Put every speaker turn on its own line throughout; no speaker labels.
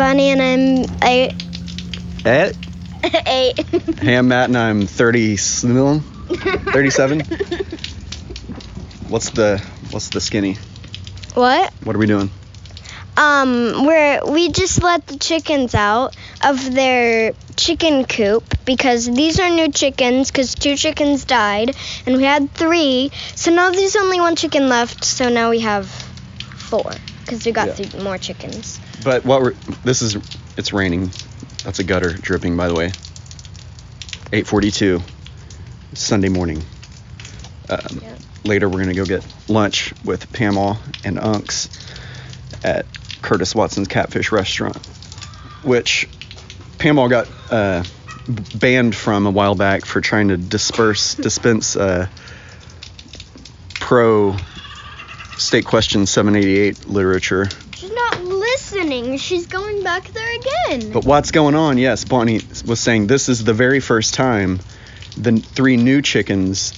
Eight.
At
Eight.
Ham Matt and I'm 30, 37? What's the what's the skinny?
What?
What are we doing?
Um, where we just let the chickens out of their chicken coop because these are new chickens because two chickens died and we had three. So now there's only one chicken left. So now we have four because we got
Yeah.
three more chickens.
But what we're this is it's raining. That's a gutter dripping by the way. 8:42 Sunday morning. Um,
Yeah.
Later we're gonna go get lunch with Pamela and Unks at Curtis Watson's Catfish Restaurant, which Pamela got uh, banned from a while back for trying to disperse dispense uh, pro state question 788 literature
She's not listening. She's going back there again.
But what's going on? Yes, Bonnie was saying this is the very first time the three new chickens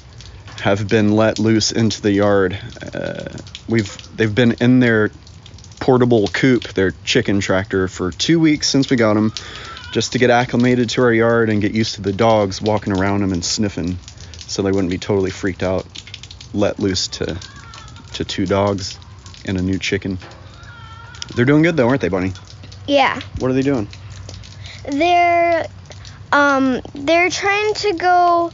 have been let loose into the yard. Uh, we've they've been in their portable coop, their chicken tractor, for two weeks since we got them, just to get acclimated to our yard and get used to the dogs walking around them and sniffing, so they wouldn't be totally freaked out, let loose to to two dogs and a new chicken. They're doing good though, aren't they, Bonnie?
yeah.
What are they doing?
they're um they're trying to go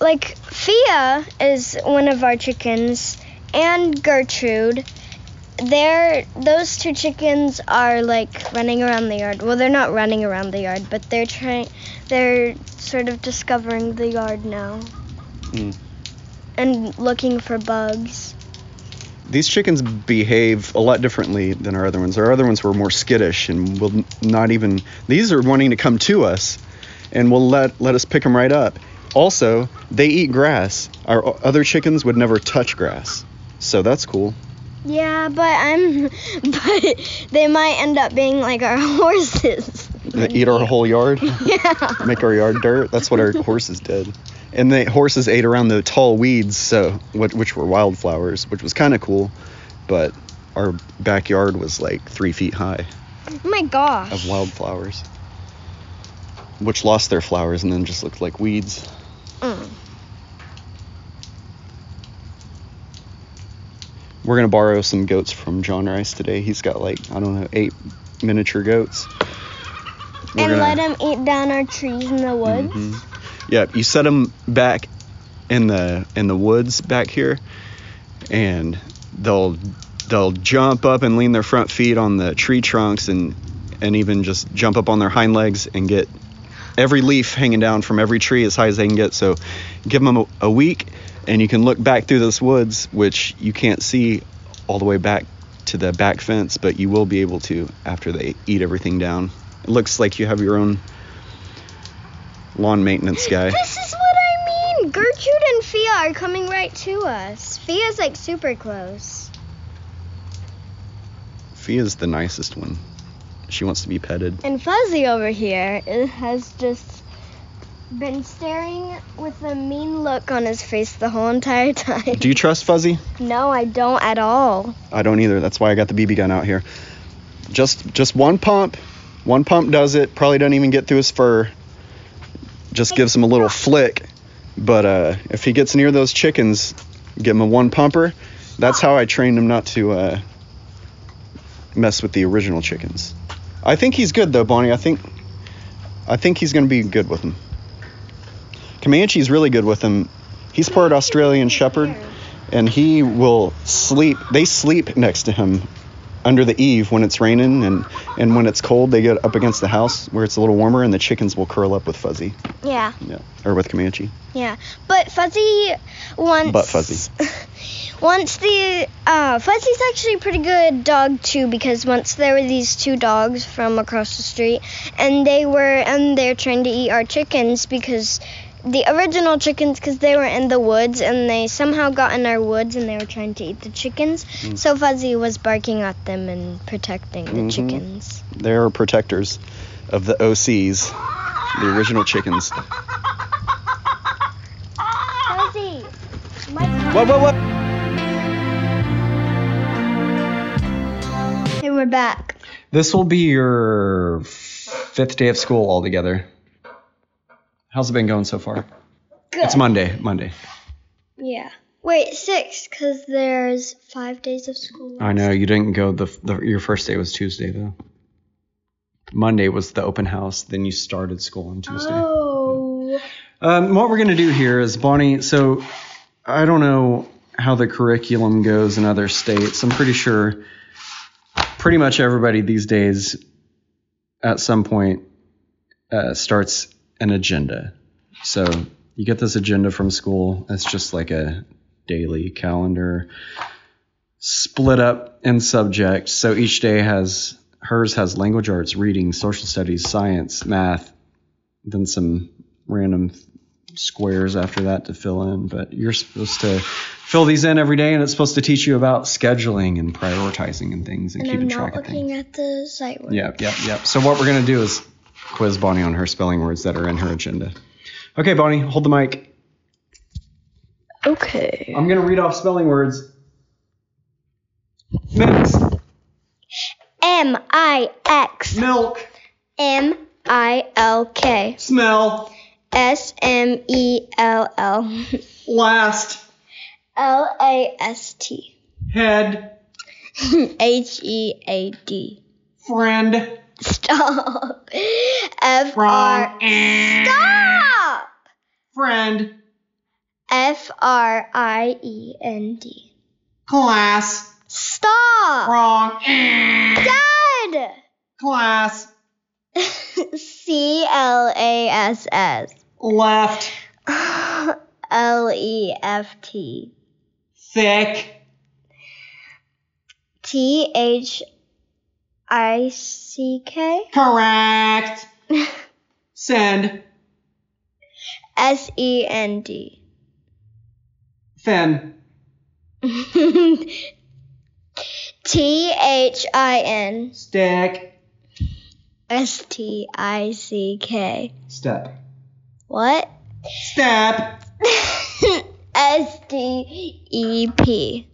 like Fia is one of our chickens and Gertrude. They're those two chickens are like running around the yard. Well, they're not running around the yard, but they're trying they're sort of discovering the yard now
Mm.
and looking for bugs.
these chickens behave a lot differently than our other ones. Our other ones were more skittish and will n- not even. These are wanting to come to us, and will let let us pick them right up. Also, they eat grass. Our o- other chickens would never touch grass, so that's cool.
Yeah, but I'm but they might end up being like our horses.
They eat our whole yard,
Yeah.
make our yard dirt. That's what our horses did. And the horses ate around the tall weeds, so which, which were wildflowers, which was kind of cool, but our backyard was like three feet high.
Oh my gosh.
of wildflowers, which lost their flowers and then just looked like weeds.
Mm.
We're gonna borrow some goats from John Rice today. He's got like I don't know eight miniature goats. We're
and
gonna-
let 'em let them eat down our trees in the woods.
Mhm. Yeah, you set them back in the in the woods back here, and they'll they'll jump up and lean their front feet on the tree trunks and and even just jump up on their hind legs and get every leaf hanging down from every tree as high as they can get. So give them a, a week, and you can look back through this woods, which you can't see all the way back to the back fence, but you will be able to after they eat everything down. It looks like you have your own lawn maintenance guy.
This is what I mean. Gertrude and Fia are coming right to us. Fia's like super close.
Fia's the nicest one. She wants to be petted.
And Fuzzy over here is- has just been staring with a mean look on his face the whole entire time.
Do you trust Fuzzy?
no, I don't at all.
I don't either. That's why I got the BB gun out here. Just just one pump. One pump does it. Probably doesn't even get through his fur. Just gives him a little flick. But uh, if he gets near those chickens, give him a one pumper. That's how I trained him not to uh, mess with the original chickens. I think he's good though, Bonnie. I think I think he's gonna be good with them. Comanche's really good with them. He's part Australian Shepherd and he will sleep they sleep next to him under the eave when it's raining and and when it's cold they get up against the house where it's a little warmer and the chickens will curl up with fuzzy
Yeah,
yeah or with comanche
yeah. But Fuzzy wants.
But Fuzzy.
Once the uh, Fuzzy's actually a pretty good dog too because once there were these two dogs from across the street and they were and they're trying to eat our chickens because the original chickens because they were in the woods and they somehow got in our woods and they were trying to eat the chickens
Mm.
so Fuzzy was barking at them and protecting the
Mhm.
chickens.
they're protectors of the ocs the original chickens
Fuzzy,
what what what
hey, we're back.
this will be your f- Fifth day of school altogether. How's it been going so far?
Good.
It's Monday. Monday.
Yeah. Wait, six, because there's five days of school.
I know you didn't go. The, the your first day was Tuesday though. Monday was the open house. Then you started school on Tuesday.
Oh.
Um, what we're going to do here is Bonnie. So I don't know how the curriculum goes in other states. I'm pretty sure pretty much everybody these days at some point uh, starts an agenda. So you get this agenda from school. It's just like a daily calendar split up in subjects. So each day has hers has language arts, reading, social studies, science, math, then some random squares after that to fill in. But you're supposed to fill these in every day, and it's supposed to teach you about scheduling and prioritizing and things and,
And
keeping
I'm
track
not
of things.
looking at the site word.
Yep, yep, yep. So what we're gonna do is quiz Bonnie on her spelling words that are in her agenda. Okay, Bonnie, hold the mic.
Okay.
I'm gonna read off spelling words. Minutes,
M I X
milk,
M I L K
smell,
S M E L L
last,
L A S T
head,
H E A D.
friend,
Stop. F R.
wrong, eh,
Stop.
friend,
F R I E N D.
class,
Stop.
wrong, eh,
Dad.
class,
C L A S S
left,
L E F T
thick,
T H I C K
correct, send,
S E N D.
thin,
T H I N
stick,
S T I C K.
step,
What?
step.
S D E P.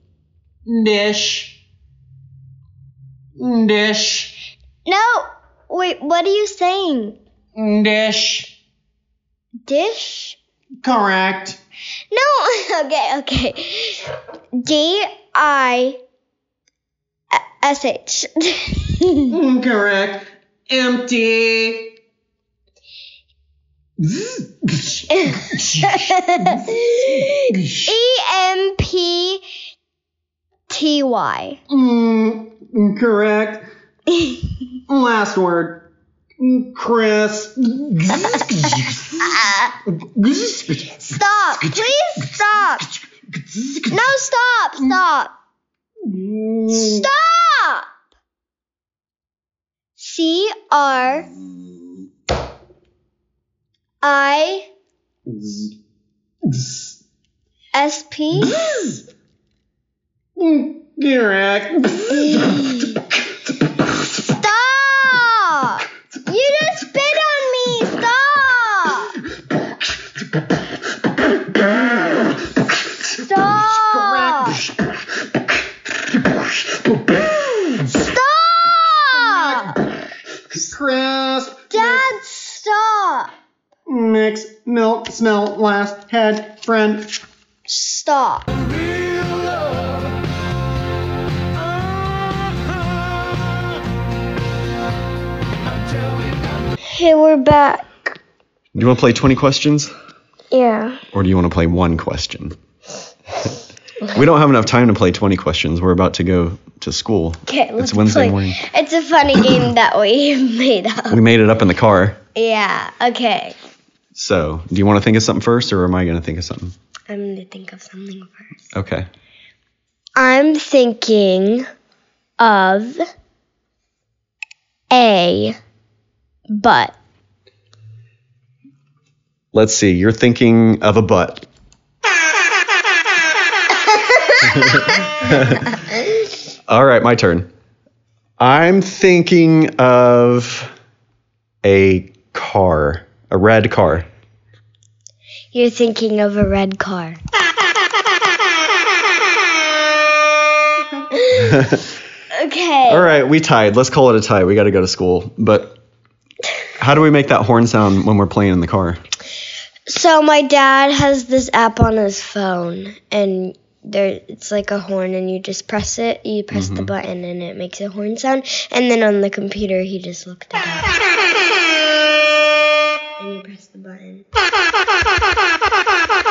Dish. Dish.
No! Wait, what are you saying?
Dish.
Dish?
Correct.
No, okay, okay. D I S H.
Correct. Empty.
E M P T Y. Uh,
Mm, Correct. Last word. Chris.
Ah, Stop! Please stop! No, stop! Stop! Stop! C R I S P
Correct.
Stop! You just spit on me! Stop! Stop! Stop!
Crisp.
Dad, stop!
Mix, milk, smell, last, head, friend.
Stop. Hey, we're back.
Do you want to play 20 questions
Yeah.
or do you want to play one question? we don't have enough time to play 20 questions. We're about to go to school.
Okay, let's
it's Wednesday
play.
morning.
It's a funny game that we made up.
We made it up in the car.
Yeah, okay.
So, do you want to think of something first or am I going to think of something?
I'm going to think of something first.
Okay.
I'm thinking of a butt.
Let's see. You're thinking of a butt. All right, my turn. I'm thinking of a car, a red car.
You're thinking of a red car. okay.
All right, we tied. Let's call it a tie. We got to go to school. But How do we make that horn sound when we're playing in the car?
So my dad has this app on his phone, and there it's like a horn, and you just press it. You press the button, and it makes a horn sound. And then on the computer, he just looked it up. And you press the button.